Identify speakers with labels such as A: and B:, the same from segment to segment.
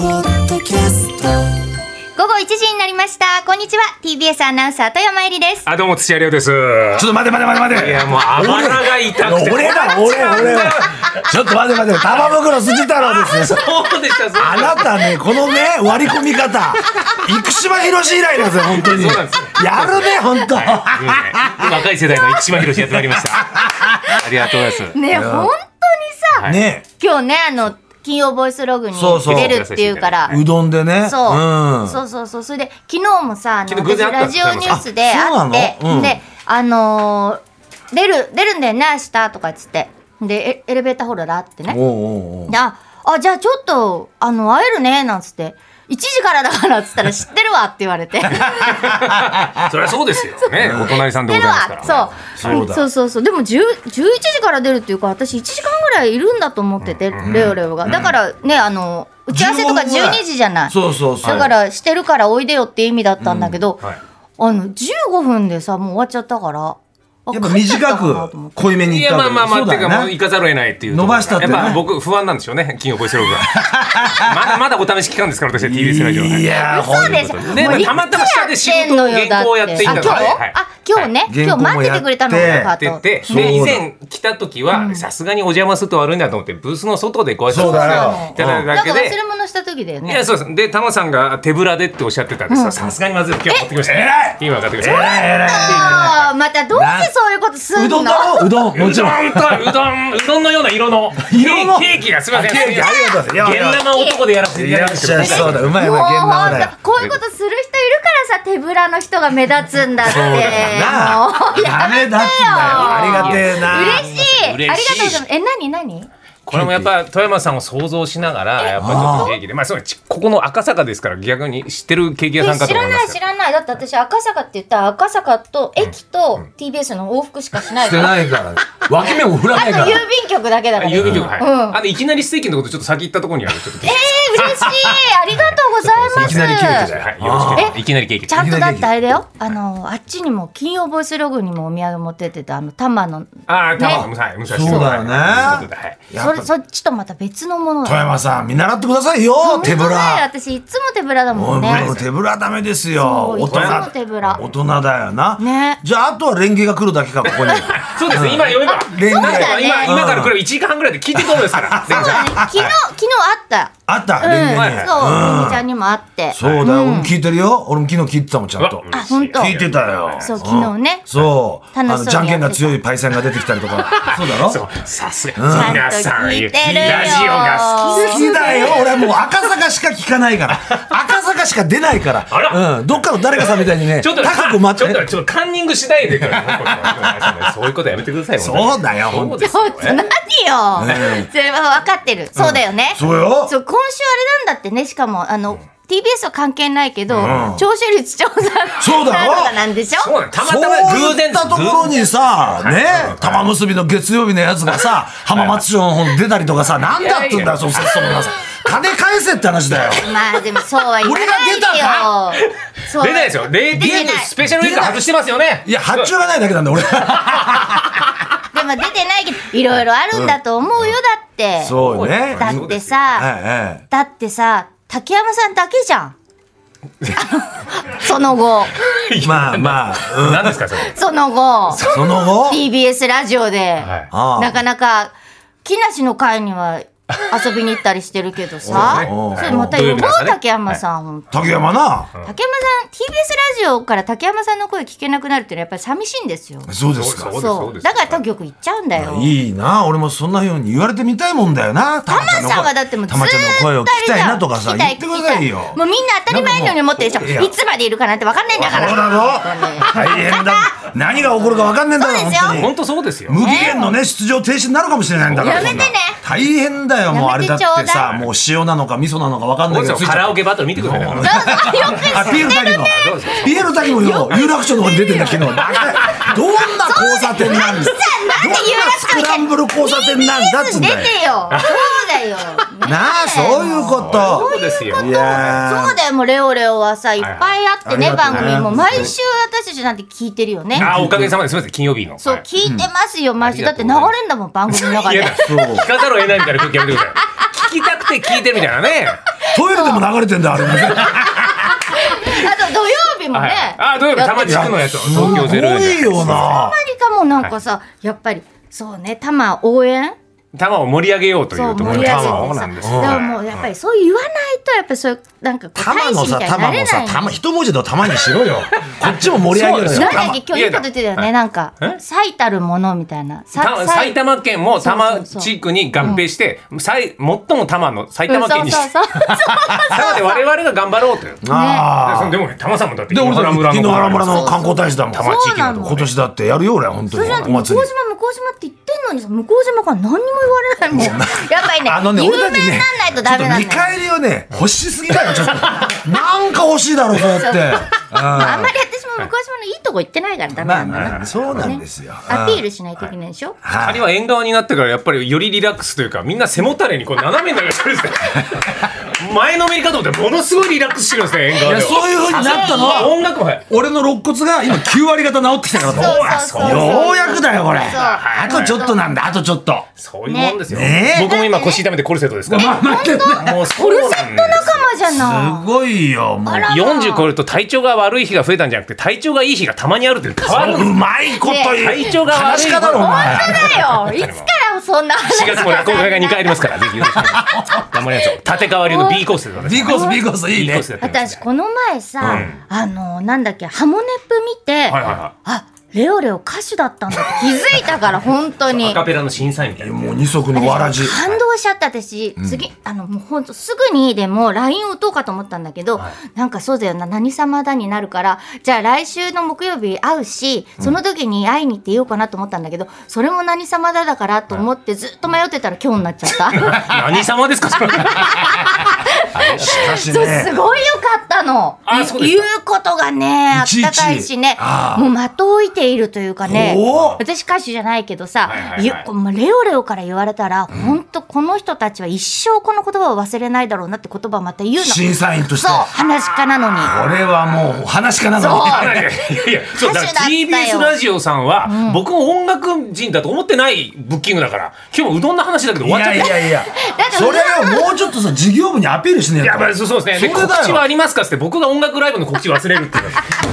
A: キャスト
B: 午後1時になりましたこんにちは TBS アナウンサー豊前りです
C: あ、どうも土屋亮です。い
D: ちょっと待て待て待て待て。
C: や、もう、あばらが痛くて。
D: 俺だ、俺、俺。ちょっと待て待て。玉袋筋太郎ですね。
C: そうで した、そうで
D: あなたね、このね、割り込み方。生島ひろし以来なんですよ、本当に。
C: そうなんですよ
D: やるね、本当。
C: した。若い世代の一番広しやってまいりました。ありがとうございます。
B: ねえ本当にさ、
C: はい
D: ね
B: 今日ねあの金曜ボイスログに
D: そうそう
B: 出るっていうから
D: うどんでね。
B: そう,、
D: ん。
B: そうそうそうそれで昨日もさあの
C: 昨日偶
B: 私
C: 然会った
B: ラ
C: んで
B: ジ
C: す
B: オニュースで
D: あそう
B: 会
D: な
B: っ
D: の
B: て
D: うん
B: であのー出る出るんだよね明日とかっつってでエエレベーターホールだってね
D: おうおうおう
B: でああじゃあちょっとあの会えるねなんつって1時からだからっつったら知ってるわって言われて知って
C: そりゃそうですよ。ね、お隣さんでござ
B: る
C: いますから。
B: わそう
D: そうだ
B: そうそうそうでも10 11時から出るっていうか私1時間ぐらいいるんだと思ってて、レオレオがだからねあの打ち合わせとか
D: 15ぐらい
B: 12時じゃない
D: そうそうそう。
B: だからしてるからおいでよって意味だったんだけど、
C: うんはい
B: あの15分でさもう終わっちゃったからあ
D: やっぱ
B: 帰っちゃたかな
D: 短
B: と思っ
D: く
B: て
D: 濃いめに
C: い
D: いっ
C: や、
D: た
C: まあ
D: 方
C: まあ
D: が
C: まあ、
D: そう
C: って
D: だ
C: いう
D: よ
C: か、もう
D: ね
C: 行かざるを得ないっていうところが。
D: 伸ばしたってね
C: やっぱ僕、不安なんでしょうね、金曜ボイスログが。まだまだお試し期間ですから、私は TBS ラジオ。
D: いやー、ほん
B: そうでしょ
C: ね
B: もういつ
C: たまたま下で仕事を
B: やってんのよだ
C: 原稿をやっていたの
B: あ今日、
C: はい
B: あ今日ね、
D: はい
B: 今日待っててくれたの
D: 原稿もや
B: か
D: っ
B: と
C: ってて、
D: そうだ
C: で以前来た時はさすがにお邪魔すると悪いなと思ってブースの外でご挨拶
D: そうだよ
C: いただいた
B: な
C: だ
B: んか
C: け
B: 忘
C: で
B: れ物した時だよ
C: い
B: ね
C: やそうですでタモさんが手ぶらでっておっしゃってたんですよさすがにまずい今日持ってきましたね
D: 偉い
C: 今買ってきまし
D: え
C: た
D: らいえらい。
B: あーまたどうしてそういうことすんの
D: うどんだろうどん。も
C: う
D: ちろん。
C: どんとうどんうどんのような色の
D: 色の
C: ケーキケーキがすみません
D: ケーキありがとうございますいや
C: 現生男でやらせてい
D: い
C: ただ
D: ら
C: き
D: っ
C: まし
D: しゃ
C: た
D: い、そうだ、うまい
B: も
D: う
B: う
D: まい、現場だよ
B: 本。当こういうことする人いるからさ手ぶらの人が目立つんだってもう
D: なあ、ダメだってんだよ。ありがてえな。
B: 嬉しい
C: 嬉しい
B: ありがとうございますえ何何
C: これもやっぱ富山さんを想像しながらやっぱちょっとケーキでまあそうちここの赤坂ですから逆に知ってるケーキ屋さん
B: え
C: か
B: 知
C: と思
B: ら
C: いま
B: ない
C: す
B: 知らないだって私赤坂って言ったら赤坂と駅と TBS の往復しかしない
D: し
B: か
D: て
B: ら
D: ないから。脇目も振ら
B: あ
D: ない
B: と
D: か
B: 郵
D: ら。
B: 便局だけだから
C: 郵便局はい、
B: うん
C: あのいきなりステーキのことちょっと先行ったところにあるちょっとケーキ
B: えー、嬉しいありがとうございます
D: いきなりケーキじゃん
C: はい、よろしくいきなりケーキ
B: ちゃんとだってあれだよあのあっちにも金曜ボイスログにもお土産持ってってたあの玉の
C: ああ、たぶん、
B: ね
C: はい、武蔵
D: そうだよね
C: はいということではい
D: や
B: そ
D: っ
B: れ
D: ぱ
B: そっちとまた別のもの
D: 富
B: だよ
D: 山さん、見習ってくださいよ、手ぶ
B: 本当だよ
D: ら。
B: 私いつも手ぶらだも
D: お
B: ん
D: い
B: ね
D: もう手ぶらダメですよ。
B: そうい
D: 大
B: つも
D: 人。
B: 手ぶら
D: 大人だよな。
B: ね
D: じゃあ、あとはレンゲが来るだけか、ここに。
C: そうですね、今、今、今、
D: レンゲ
B: そうだね
C: 今、今からこれ一時間ぐらいで聞いてくるんですから。
B: そうだね昨日昨日あっ
D: あった、
B: た
D: レンゲ
B: うん
D: ね。
B: そうみちゃんにもあって
D: そうだよ、俺も聞いてるよ。俺も昨日聞いてたもん、ちゃんと。
B: あ本当
D: 聞いてたよ。
B: そう昨日ね
D: そう。あ
B: 楽しそうにやって
D: の、
B: た
D: じゃんけんが強いパイセンが出てきたりとか。そうだろ
C: そうさすが、
B: ん
C: 皆さん、ラジ
B: ちゃんと聞
C: オ
B: いてるよ
C: が好き。
D: 好きだよ 俺もう赤坂しか聞かないから赤坂しか出ないから
C: あら
D: うん、どっかの誰かさんみたいにね
C: ちょっと、
D: 高く待っ
C: ちょ
D: て
C: っと、ちょっとカンニングしないでください。そういうことやめてください。
D: そうだよ
C: そうです
B: ちょっ
C: よ
B: と。何よ、それは分かってる、そうだよね
D: そうよ
B: そう今週あれなんだってねしかもあの TBS は関係ないけど、聴取率調査
D: そうだ
B: な
D: ろ
B: んとかなんでしょ
C: そうなんたま
D: そう
C: たま偶
D: い
C: 然
D: ったところにさ、ね、玉結びの月曜日のやつがさ、浜松町の方に出たりとかさ、なんだっつうんだよ、その節操のなさ。金返せって話だよ。
B: まあでもそうは言わないよそう
C: 出ないですよ。レデ
B: 出
C: ィ
B: て
C: ー
B: ない
C: スペシャルウィーク外してますよね。
D: いや、発注がないだけなん だよ、俺。
B: でも出てないけどいろいろあるんだと思うよだって、
D: そうね。
B: だってさ、
D: ええ
B: だってさ竹山さんだけじゃ んその後
D: ええまあま あ、うん
C: 何ですか、それ。
B: その後
D: その 後、
B: TBS ラジオで、
C: はい
D: ああ
B: なかなか木梨の会には遊びに行ったりしてるけどさ
D: おうおう
B: それまた呼ぼう
C: 土曜日なんかね
B: 竹山さん、ほんと
D: 竹山な。
B: 竹山さん TBS ラジオから竹山さんの声聞けなくなるっていうのはやっぱり寂しいんですよ
D: そうです
C: そ。
D: か
C: うです
B: そうだから他局行っちゃうんだよ
D: いいな俺もそんなように言われてみたいもんだよなたま
B: タマさんはだってもうず
D: た
B: ー
D: ま
B: っ
D: ち
B: と
D: ゃんの声を聞きたいなとかさ
B: 聞きた
D: 言
B: い
D: ってくださいよ
B: もうみんな当たり前のように思ってるでし
D: いや
B: ょいつまでいるかなんて分かんないんだから
D: そうだぞ大変だ何が起こるか分かんねえんだから
B: そうですよ
D: 本
C: 本当そうですよ
D: 当。に無期限のね出場停止になるかもしれないんだから
B: やめてね
D: そんな大変だよもうあれだって
B: やめてちょうだ
D: さもう塩なのか味噌なのか分かんないけど
C: そうですよカラオ
D: ケ
C: ケバトル見てください。
B: どうぞよく
D: あピエール滝の
C: そうですよ
D: ピエール滝のよ有楽町の方に出てんだ昨日バカどんな交差点なんだどんなスクランブル交差点なんだっつうん
B: 出
D: だ
B: てよ
D: よ
B: そうだよ
D: なあそういうこと
C: そうですよ。
D: いやー
B: そうだよ、もうレオレオはさ、いっぱいあってね、
D: はい
B: 番組も。
D: ありがとうございます
B: 毎週私たちなんて聞いてるよね。
C: あー、おかげさまです。すみません、金曜日の。
B: そう、
C: はい
B: 聞いてますよ、毎週。だって流れんだもん、番組の中
C: い
B: で
C: や。、聞かざるを得ないみたいな空気やめてください。聞きたくて聞いてるみたいなね。
D: トイレでも流れてんだあれ
B: あと土曜日も
C: はい
B: ね。
C: あ土曜日
B: やっぱ
C: 多摩地区のやつ東京ゼ
D: す
C: ロ
D: ごいよな
B: 何かもなんかさ、やっぱり、そうね、多摩応援
C: 玉を盛り上げようとい
B: そう
C: うとこ
B: 盛
C: ろ
B: り上げてさ
C: 玉をなんですよ
B: でももうやっぱりそう言わないとやっぱりそういうなんかこう
D: 玉
B: 大使
D: の
B: みた
D: さ
B: いに
D: 玉
B: なれ
D: の
B: ない
D: さ玉一文字の玉にし ろよこっちも盛り上げる
C: そう
D: よ
C: で
B: なん
C: す
B: だっけ今日いいこと言ってたよ
C: 玉い
B: ね
C: や
B: なんか
C: え
B: 最たるものみたいなさ
C: た
B: さい
C: 埼玉県も多摩
B: そうそうそう
C: 地区に合併して、最最も多摩の埼
B: うん
C: 玉県にして、
B: そうそう そう
C: なので我々が頑張ろうという。で
D: あ
C: そ
D: あ
C: のでもね、玉さんもだって、
D: で俺だって檜原村の観光大使だもん
C: 多摩地域
B: そうなの
D: 今年だってやるよ俺本当
B: それじ
D: に
B: ゃなく
D: お
B: て向
D: 祭
B: 島
D: り
B: 向島って言ってんのにさ向島から何にも言われないもん やっぱりね
D: あのね
B: 有
D: 俺た
B: 名
D: ち
B: にな
D: ね
B: らないと
D: ちょ
B: ダ
D: っと
B: メなんだ
D: 見
B: よ
D: 返りをね欲しすぎだよちょっとなんか欲しいだろそうやって
B: まああんまり私も向島のいいとこ行ってないからダメ
D: ま
B: な
D: あ
B: んだ
D: ま
B: な
D: あそうなんですよ
B: アピールしないといけないでしょ
C: あれは縁側になってからやっぱりよりリラックスというかみんな背もたれにこう斜めになるんですよ前のめりかと思ってものすごいリラックスしてるんですね縁
D: い
C: 側
D: や
C: では
D: そういう風になったのは
C: 音楽もはい
D: 俺の肋骨が今9割方治ってきたからと
B: そうそうそう
D: ようやくだよこれあとちょっとなんだあとちょっと
C: そういうもんですよ、
D: ねね
C: 僕も今腰痛めてコルセットですから、
D: まあ待ってね
C: もうそうなんです
B: 仲間じゃな
D: すごいよもう
C: 40超えると体調が悪い日が増えたんじゃなくて体調がいい日がたまにあるっていう変わるんで
D: う
C: す
D: まいこと言う
C: 体調が悪
D: 話
C: い
D: し方だろお前
B: いだよいつからそんな話
C: 4月も落語会が2回ありますからぜひよろしくお願いします頑張りましょう立川流の B コースでございます
D: B コース B コースいい
C: B コ
D: ね
C: ースやってます
B: 私この前さ、あのなんだっけハモネプ見て、
C: はいはいは
B: あレオレオ歌手だったんだって気づいた から本当
C: い
B: に
C: アカペラの審査員みたいな
D: もう二足のわらじ
B: 感動しちゃった私次、あのもう本当すぐにでも LINE を打とうかと思ったんだけど、なんかそうだよな何様だになるからじゃあ来週の木曜日会うしその時に会いに行ってようかなと思ったんだけど、それも何様だだからと思ってずっと迷ってたら今日になっちゃった。
C: 何様ですか それ
D: しかし
B: そうす
D: ね
B: ごいよかったの。
C: あそうです
B: 言うことがね、あっ
D: いちいち
B: たかいしね
D: あ、あ
B: もう的を置いているというかね
D: おお、
B: 私歌手じゃないけどさ
C: はいはいは、い
B: ゆまあレオレオから言われたら、本当この人たちは一生この言葉を忘れないだろうなって言葉をまた言うの。そう、
D: 審査員として
B: 話家なのに。
D: 俺はもう話し家なの
B: そう
D: に
C: いやいやいやそうだか
B: 歌手だ
C: ら
B: ったよ
C: TBS ラジオさんは、僕も音楽人だと思ってないブッキングだから今日もうどんの話だけど
D: い
C: 終わっちゃっ
D: や
C: た
D: い
C: いや
D: やいや
B: って
D: それをもうちょっとさ事業部にアピールしねえと
C: まあそうそうですねで
D: それだよ
C: 告知はありますかっつって僕が音楽ライブの告知忘れるっていう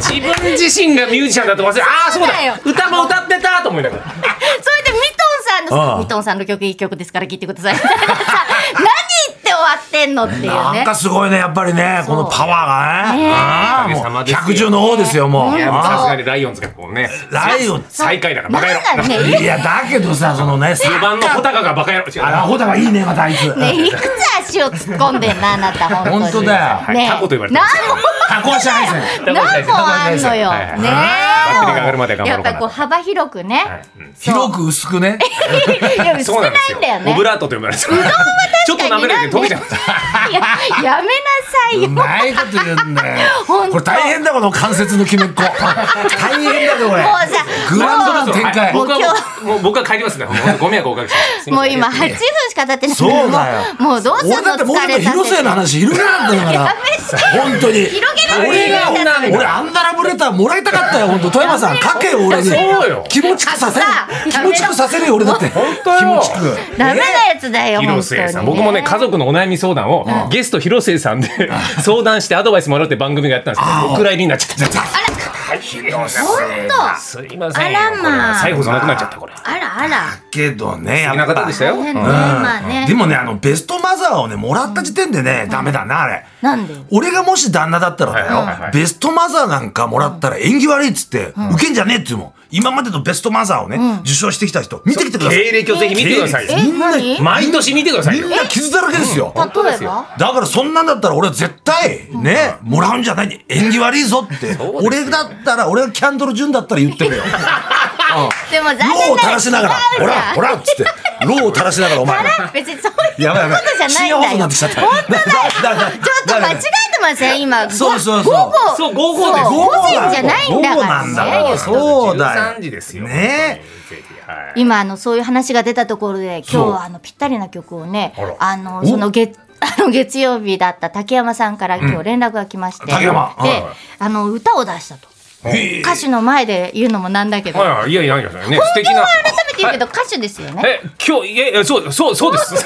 C: 自分自身がミュージシャンだと忘れるああそうだ
B: そう
C: 歌も歌ってたと思いながら
B: それでミトンさん
D: ああ
B: の、ミトンさんの曲いい曲ですから聴いてくださいみたい なさ。何言って終わってんのっていうね。
D: なんかすごいねやっぱりねこのパワーがね
B: ねえ
D: ああ
C: おかげさ
D: もう
C: まですよ
D: 百獣の王ですよもう
C: いやもうさす
D: あ
C: がにライオンズがこうね
D: あライオン
C: 最下位だから
B: な
C: バ
B: ん
C: カ
B: だ
C: 野郎
B: ね、
D: いやだけどさそのね
C: 4番の穂高がバカ野郎違う
D: あらほだがいいねまたあいつ
B: ねいくつ足を突っ込んでんなあなた本当に
D: 本当だ
C: よ
B: ねえ
C: タコと言われてます
D: タコ足配線
B: 何本何本あんのよ
C: はいはい
B: ねえ
C: バッテリーが上がるまで頑張
B: や
C: ろ
B: っ
C: うか
B: ぱり
C: な
B: こう幅広くね
C: はいうん
B: そう
D: 広く薄くね
B: いや薄
C: そ
B: く
C: う
B: な
C: ないんですよ
B: んだよね
C: オブラートと呼ばれてるちょっと舐められて溶けちゃうんですよ
B: いややめなさいうよ
D: まいこと言うんだよ
B: 本当
D: これ大変だこの関節の決めっこ大変だぞこれ
B: もうさ
D: グランドの展開
B: もう
C: 僕はもうもう僕は帰りますね。もうご迷惑をおかけします。すい
B: も
C: ま
B: う
C: せん
B: 今8分しか経ってない
D: そうだよ
B: もうもうどうすんの
D: 俺だってもうちょっと広末の話いるなんだから
B: やめて
D: 本当に
B: 広げな
D: 俺が
B: くていいんだ
D: 俺アンダラブレターもらいたかったよ本当富山さん書けよ俺に
C: そうよ
D: 気持ちくさせる気
B: さ
D: 持ちくさせるよ俺だって
C: 本当よ
D: 気持ちく
B: ダメなやつだよ本
C: 広
B: 当に
C: 末さん、僕もね家族のお悩み相談をゲスト広末さんで相談してアドバイスもらうって番組がやったんですけど、お蔵入りになっちゃった。
D: 広末
B: 本当
C: すいませんよ。
B: あらまあ
C: これは最後じゃなくなっちゃったこれ。
B: あらあら
D: けどねや
C: あんな
D: っ
C: 方
D: ぱ
C: でしたよ。
B: 変ね
C: うん
B: まあね
D: でもねあのベストマザーをねもらった時点でねダメだなあれ
B: なんでよ
D: 俺がもし旦那だったらだよ、
C: はいはいはい
D: ベストマザーなんかもらったら縁起悪いっつって、受けんじゃねえっていうもん今までのベストマザーをね、受賞してきた人見てきてください
C: 経歴をぜひ見てくださいよ
B: え。何
C: 毎年見てください
D: み
C: よ
D: ん。な傷だらけですよ、
C: 当です
B: 例え
C: よ
B: ば
D: だからそんなんだったら俺は絶対ね、もらうんじゃない縁起悪いぞっ
C: そう
D: て
C: ですよ
D: 俺だったら俺がキャンドル・ジュンだったら言ってるよ
B: でも残念
D: ローを垂
B: な
D: らしながら「ほらほら」っつってローを垂らしながらお前
B: 別にそういう
D: やばいやばい
B: ことじゃないんだよ
D: 深夜放送になってきちゃった
B: 本当だよ
D: だだだ
B: ちょっと間違えてません今。
D: そうそうそう
B: 午後。
C: そう午後です
B: そう午前じゃないんだ
D: 午後
B: から
D: なんだ
B: ね。
D: からそうだよ
C: 13時ですよ。
D: ね
C: 本当にぜひはい
B: 今あのそういう話が出たところで今日
D: そう
B: はあのぴったりな曲をね
C: あら
B: あ
D: お
B: のその月 あの月曜日だった竹山さんから今日連絡が来まして、
D: 竹山はい
B: で
D: はい
B: あの歌を出したと
D: へえ
B: 歌手の前で言うのもなんだけど、
C: はいはいいやいやいやいやね素敵な。
B: 改めて言うけど歌手ですよね。
C: え今日いやいやそうそうそうです。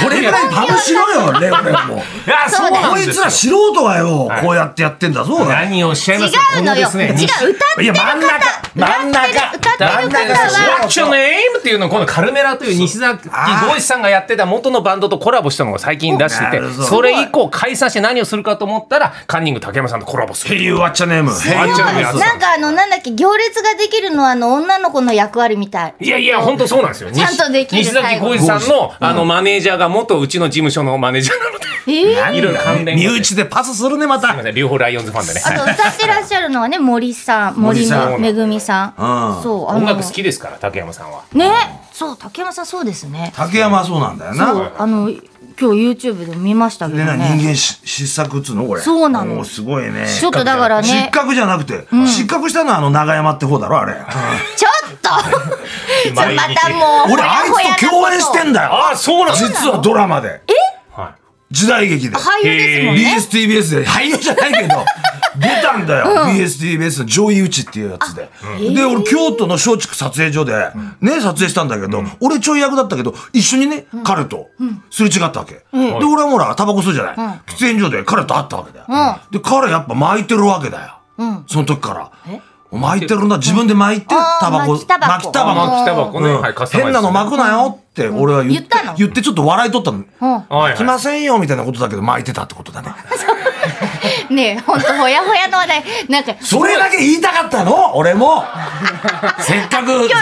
D: これぐらいパブしろよ、レオレオも。
C: いやそうなん
D: こい
C: です
D: つ
C: よ
D: ら素人がよ、こうやってやってんだぞ、おい
C: 何をおっしゃいます
B: 違うのよ。
C: こですね
B: 違う、歌って
D: い
B: る
D: や、真ん中、真ん中、
B: 歌って
D: 真
B: る
D: ん
B: 方
D: 中
B: は、
C: What's your name? っていうのをこのカルメラという西崎豪一さんがやってた元のバンドとコラボしたのが最近出して
D: なる
C: て
D: ほど
C: それ以降解散して何をするかと思ったらカンニング竹山さんとコラボす
D: ヘ
C: る
D: リューワッチャネーム。
C: ヘリューワッチャネーム
D: ヘリューワッチャ
B: なんかあの、なんだっけ、行列ができるのは、あの、女の子の役割みたい。
C: いやいや本当そうなんですよ
B: ちゃんとできる
C: 西崎豪一さんのあのマネージャーが元うちの事務所のマネージャーなので
B: えー
C: いろいろ関連が
D: 身内でパスするね、また。
C: すいません両方ライオンズファンでね
B: あと歌ってらっしゃるのはね、森さん、
D: 森
B: 森
D: さん
B: のめぐみさ
D: うん
B: ん。そう、あ
C: 音楽
B: の
C: 好、きですから竹山さんは
B: ね、そう、竹山さんそうですね。
D: 竹山はそうなんだよな。
B: そう、あの、今日 YouTube でも見ましたけど
D: でな人
B: ね。
D: 間し失策っつうのこれ
B: そうなの
D: おーすごいね
B: ちょっとだから
D: 失
B: ね、
D: 格じゃなくて、失格したのはあの長山って方だろあれ、
B: ちょっ とちょま
C: 毎日
B: たもう、
D: 俺あいつと共演してん
B: だ。
D: だよ
C: ああそうなんです
D: 実はドラマで
C: は
D: 時代劇で
B: 俳優ですもんね。
D: BSTBS で俳優じゃないけど出たんだよ、BSTBS の「上位打ち」っていうやつで、で俺京都の松竹撮影所で、ね撮影したんだけど、俺ちょい役だったけど一緒にね、彼とすれ違ったわけ、で俺はほらタバコ吸うじゃない、喫煙所で彼と会ったわけだよ、で彼やっぱ巻いてるわけだよ、その時から巻いてるな自分で巻いて
B: あー
D: タバコ
B: 巻きタバコ
D: 巻きタ
C: あ
D: バコ
C: 巻きタバコね
D: うん
C: はいカスタマイズ
D: 変なの巻くなよって俺は言って
B: 言ったの
D: 言ってちょっと笑い取ったの
B: うん
C: はいはい
D: 来ませんよみたいなことだけど巻いてたってことだね。
B: ねえ、ほんと、ほやほやの話題。なんか、
D: それだけ言いたかったの俺も。 せっかく。
B: 今日いろいろ準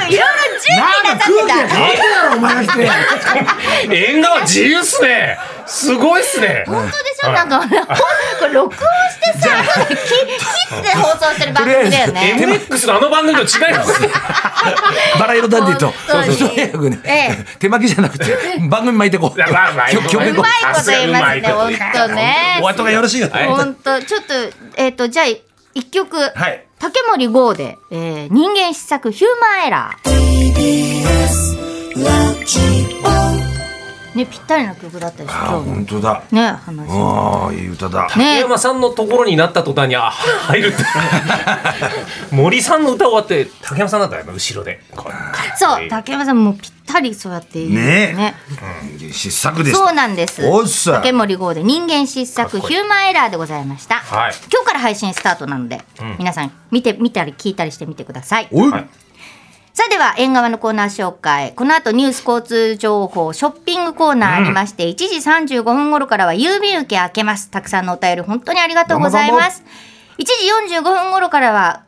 B: 備
D: なん
B: な
D: か
B: さ
D: 空気
B: って
D: が
B: た。
D: 変わってたやろ、お前が来て。
C: 縁側自由っすねすごいっすね
B: 本当でしょなんか、ほんこれ録音してさ、後でき切って放送してる番組だよね。
C: MX のあの番組と違いますね
D: バラ色ダンディと。
B: そうそうそう
D: とにかくね
B: え
D: 手巻きじゃ なくて、番組巻いてこ
C: い
D: う。
C: やまあまあ
D: 曲曲で
B: う
D: こ
B: ま
D: う。
B: いこと言いますね、ほんと
D: お
B: ね。
D: 後がよろしいよ。
C: はい
B: ほんと、ちょっと、えっと、じゃあ、一曲。
D: はい。
B: 竹森豪で、えー人間失策ヒューマンエラー。ね、ぴったりな曲だったでしょ、
D: あ、
B: 今日の。
D: 本当だ。
B: ね、話。
D: ああ、いい歌だ。
C: 竹
B: ね、
C: 山さんのところになった途端にあ入るって 森さんの歌終わって竹山さんだったらやっぱ後ろでこう
B: そう、竹山さんもぴったりそうやって言う
D: ねえ
B: ね。
D: 失策でした。
B: そうなんです。
D: おっさ
B: 竹森号で人間失
C: か
B: 策
C: っこいい
B: ヒューマンエラーでございました。
C: はい
B: 今日から配信スタートなので、皆さん見て見たり聞いたりしてみてください。
D: おい。
C: はい
B: さあでは縁側のコーナー紹介。この後ニュース交通情報、ショッピングコーナーありまして、1時35分頃からは郵便受け開けます。たくさんのお便り本当にありがとうございます。1時45分頃からは、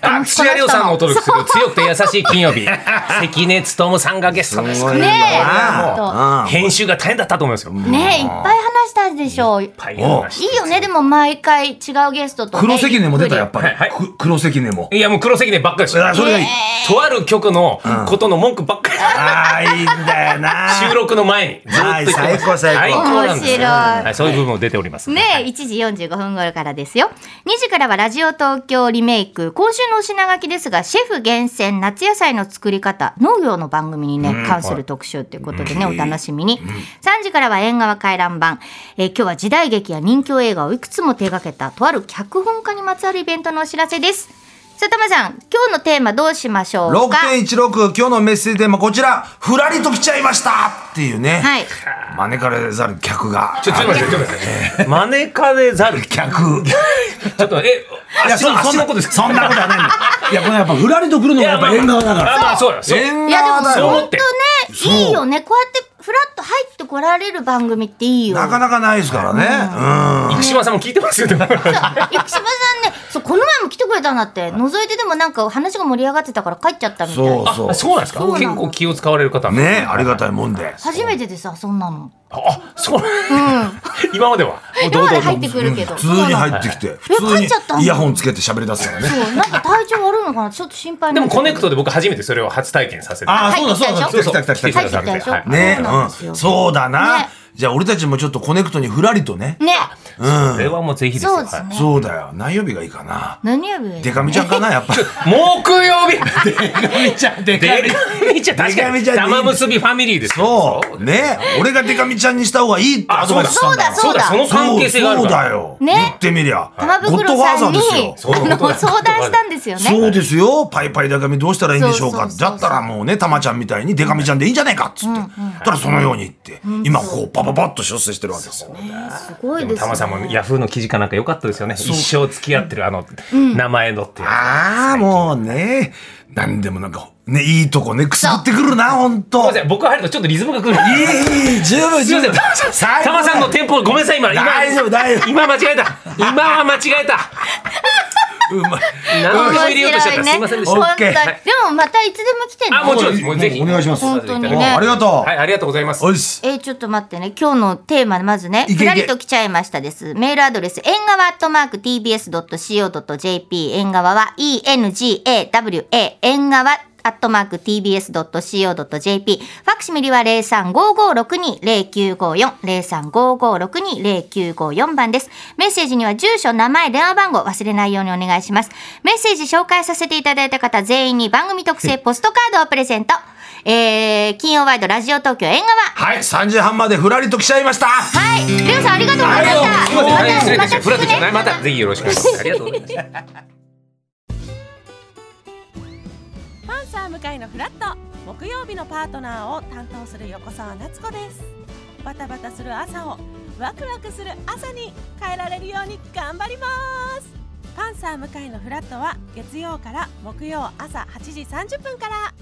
C: あ土屋亮さんがお届けする強くて優しい金 曜日関根勤さんがゲストですから
B: ねえ
D: あ
C: 編集が大変だったと思いますよいっ
B: ねえ、いっぱい話したでしょう。い
C: ぱい
D: お
C: 話して
B: いよね、でも毎回違うゲストと、ね。
D: 黒関根も出た、
B: ゆ
D: や
B: っ
D: っ
B: くり
D: ぱり
C: はい。
D: く黒関根も。
C: いやもう黒関根ばっかりでし
D: あ
C: た
D: それがいい。
C: とある曲のことの文句ばっかり
D: ああ、いいんだよな。
C: 収録の前にずっと言ってました
D: はい最高最高
C: 最高なんです
B: 面
C: よ
B: 白い
C: はいそういう部分も出ております
B: ねえ、1時45分頃からですよ。2時からはラジオ東京リメイク。今週のお品書きですが、シェフ厳選夏野菜の作り方、農業の番組にね、関する特集ということでね、お楽しみに。3時からは縁側回覧版。えー今日は時代劇や人気映画をいくつも手掛けた、とある脚本家にまつわるイベントのお知らせです。さあ、たまさん、今日のテーマどうしましょうか
D: 6.16今日のメッセージテーマこちら「ふらりと来ちゃいました」っていうね、
B: はい
D: 招かれざる客が
C: ちょ、ちょっと待って、ちょっと待って。招かれざる。ち
D: 客
C: ょっと、え、足の、足のことですか
D: そんなことはないんだいやこれやっぱふらりと来るのがやっぱ縁側だから
C: あまあ、そうよ。そう
D: 縁
B: いやでも
D: 側だ
B: 本
C: そう
D: よ
B: 当ね
D: う
B: いいよねこうやってフラッと入ってこられる番組っていいよ
D: なかなかないですからね
C: 生島さんも聞いてますよ。 で も
B: 生島さんねそうこの前も来てくれたんだって覗いてでもなんか話が盛り上がってたから帰っちゃったみたい
D: そう
B: な
C: あそうなんですか
B: そうなの
C: 結構気を使われる方
D: うんねありがたいもんで
B: 初めてでさそんなの
C: あ、そう。 今までは。もう
B: 今
C: 堂
B: まで
C: 々と
B: 入ってくるけど
D: 普通に入ってきて普通
B: 帰っちゃったんだ
D: にイヤホンつけて喋り出すからね
B: そうなんか体調悪いのかなちょっと心配
C: でも、コネ
B: ク
C: クトで僕初めてそれを初体験させて。
D: ああ
B: 入
D: そう
B: って
D: だ
B: きた
D: そう
B: でし
D: だ
B: ょ
D: 来た来た来た来た来た
B: 入ってきたでしょ
C: はい
D: ね
B: そうなんです
D: う
B: よ
D: んそうだな
B: ね
D: じゃあ俺たちもちょっとコネクトにふらりとね
B: ね
C: それはもうぜひですよ。
B: そうですね
D: そうだよ。何曜日がいいかな。
B: 何曜日がいい
D: デカミちゃんかな、や っぱ。デ
C: はい木曜日
D: カミちゃん、デ
C: でかみちゃん、確か
D: でかみ
C: に
D: ちゃんでいい
C: 玉結びファミリーですよ。
D: そう。ね。俺がデカミちゃんにした方がいいってアドバイスした
B: そ
D: ん
B: う
D: だ
B: だ
D: よ。
B: そうだ
C: その関係性がある
D: そう
C: から。
D: だよ。
B: ね
D: 言ってみりゃ。
B: 玉
D: ゴッド
B: 袋
D: ファーザ
B: さ
D: ー
B: ん
D: で
B: に
D: すよ。
B: あの相談したんですよね
D: そうですよ。パイパイだかみどうしたらいいんでしょうか。
B: そうそうそうそう
D: だったらもうね、たまちゃんみたいにデカミちゃんでいいんじゃないかっつって。たらそのように言って、今こうパパパッと出世してるわけです
B: す
D: よ。
B: ごい
C: で
B: です
C: も
B: ね
C: 玉さんもヤフーの記事かなんか良かったですよね。一生付き合ってるあの、名前のっていう。
D: ああ、もうね。なんでもなんか、ね、いいとこね、くすぐってくるな、ほん
C: すい
D: と。
C: ません、僕が入るとちょっとリズムが来る。
D: いいいい、十分、
C: すい
D: 十
C: ません、
D: 分。
C: 玉さん玉さんのテンポ、ごめんなさい、今。今
D: 大丈夫、大丈
C: 今間違えた。今は間違えた。
D: 夫。うまい。
C: 何
B: 面
C: でも
B: 白
C: 入れようとしちゃっ
B: い
C: た。
B: ね
C: すいませんでし
B: 本
C: た。
B: 当にでもまたいつでも来てね
C: あ、もちろんです
D: もう
C: ぜひ。
D: お願いします
C: お
B: 本当にね
D: ありがとう。
C: はい、ありがとうございます。
D: おいっす。
B: えー、ちょっと待ってね。今日のテーマ、まずね。
D: いけいけ
B: ふらりと来ちゃいましたです。メールアドレス、縁側アットマーク tbs.co.jp。縁側は engawa、縁側アットマーク tbs.co.jp。ファクシミリは0355620954、0355620954番です。メッセージには住所、名前、電話番号忘れないようにお願いします。メッセージ紹介させていただいた方全員に番組特製ポストカードをプレゼント。えー、金曜ワイドラジオ東京縁側。
D: はい、3時半までふらりと来ちゃいました。
B: はい、レオさんありがとうございました。
C: すいません、大変失礼い
B: ま
C: たしたました。フラットじゃない、ま
B: ま
C: たぜひよろしくお願いします。ありがとうございました。
A: パンサー向かいのフラット木曜日のパートナーを担当する横澤夏子ですバタバタする朝をワクワクする朝に変えられるように頑張りますパンサー向かいのフラットは月曜から木曜朝8時30分から